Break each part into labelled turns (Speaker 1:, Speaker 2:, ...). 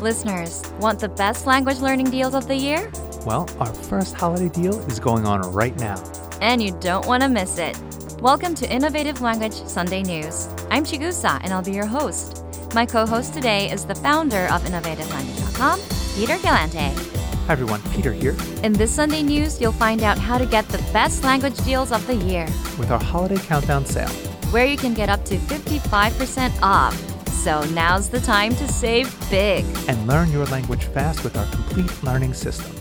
Speaker 1: Listeners, want the best language learning deals of the year?
Speaker 2: Well, our first holiday deal is going on right now.
Speaker 1: And you don't want to miss it. Welcome to Innovative Language Sunday News. I'm Chigusa, and I'll be your host. My co host today is the founder of InnovativeLanguage.com, Peter Galante.
Speaker 2: Hi everyone, Peter here.
Speaker 1: In this Sunday news, you'll find out how to get the best language deals of the year,
Speaker 2: With our holiday countdown sale,
Speaker 1: where you can get up to 55% off. So now's the time to save big.
Speaker 2: and learn your language fast with our complete learning system.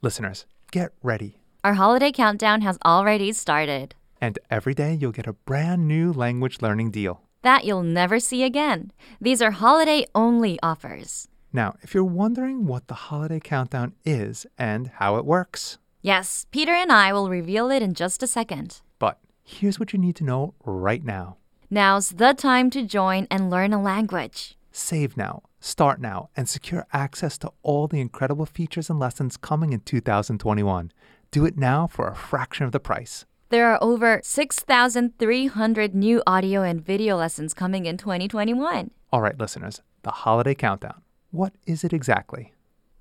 Speaker 2: Listeners, get ready.
Speaker 1: Our holiday countdown has already started.
Speaker 2: And every day you'll get a brand new language learning deal.
Speaker 1: That you'll never see again. These are holiday only offers.
Speaker 2: Now, if you're wondering what the holiday countdown is and how it works,
Speaker 1: Yes, Peter and I will reveal it in just a second.
Speaker 2: but here's what you need to know right now.
Speaker 1: Now's the time to join and learn a language.
Speaker 2: Save now, start now, and secure access to all the incredible features and lessons coming in 2021. Do it now for a fraction of the price.
Speaker 1: There are over 6,300 new audio and video lessons coming in 2021.
Speaker 2: All right, listeners, the holiday countdown. What is it exactly?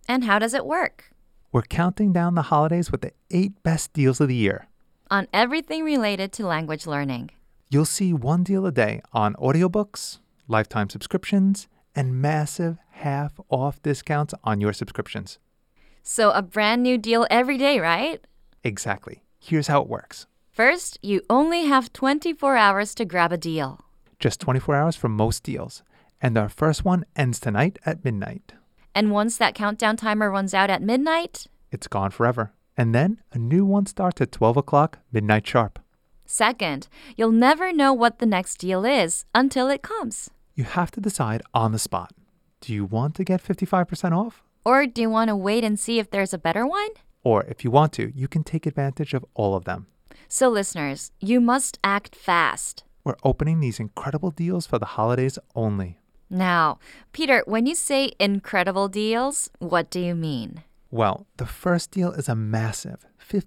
Speaker 1: And how does it work?
Speaker 2: We're counting down the holidays with the eight best deals of the year.
Speaker 1: On everything related to language learning.
Speaker 2: You'll see one deal a day on audiobooks, lifetime subscriptions, and massive half off discounts on your subscriptions.
Speaker 1: So, a brand new deal every day, right?
Speaker 2: Exactly. Here's how it works
Speaker 1: First, you only have 24 hours to grab a deal.
Speaker 2: just 24 hours for most deals. And our first one ends tonight at midnight.
Speaker 1: And once that countdown timer runs out at midnight,
Speaker 2: It's gone forever. And then a new one starts at 12 o'clock, midnight sharp.
Speaker 1: second, you'll never know what the next deal is until it comes.
Speaker 2: You have to decide on the spot. Do you want to get 55% off?
Speaker 1: Or do you want to wait and see if there's a better one?
Speaker 2: Or if you want to, you can take advantage of all of them.
Speaker 1: So, listeners, you must act fast.
Speaker 2: We're opening these incredible deals for the holidays only.
Speaker 1: Now, Peter, when you say incredible deals, what do you mean?
Speaker 2: Well, the first deal is a massive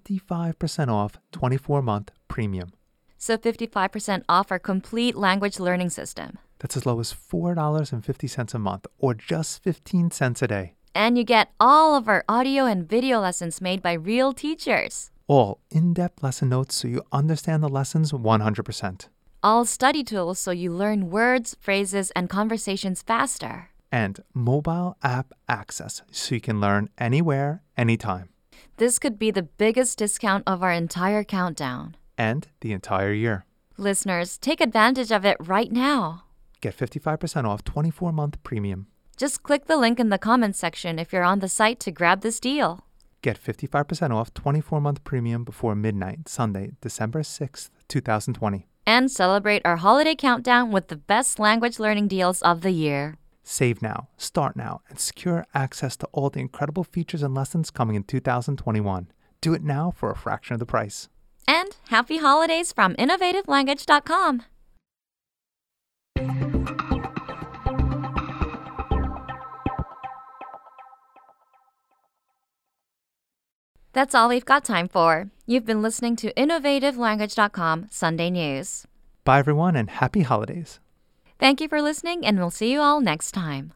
Speaker 2: 55% off 24 month premium.
Speaker 1: So, 55% off our complete language learning system.
Speaker 2: That's as low as $4.50 a month or just 15 cents a day,
Speaker 1: And you get all of our audio and video lessons made by real teachers,
Speaker 2: all in depth lesson notes so you understand the lessons 100%,
Speaker 1: all study tools so you learn words, phrases, and conversations faster.
Speaker 2: and mobile app access so you can learn anywhere, anytime,
Speaker 1: This could be the biggest discount of our entire countdown.
Speaker 2: and the entire year.
Speaker 1: Listeners, take advantage of it right now.
Speaker 2: Get 55% off 24 month premium.
Speaker 1: Just click the link in the comments section if you're on the site to grab this deal.
Speaker 2: Get 55% off 24 month premium before midnight, Sunday, December 6th, 2020.
Speaker 1: And celebrate our holiday countdown with the best language learning deals of the year.
Speaker 2: Save now, start now, and secure access to all the incredible features and lessons coming in 2021. Do it now for a fraction of the price.
Speaker 1: And happy holidays from InnovativeLanguage.com. That's all we've got time for. You've been listening to InnovativeLanguage.com Sunday News.
Speaker 2: Bye, everyone, and happy holidays.
Speaker 1: Thank you for listening, and we'll see you all next time.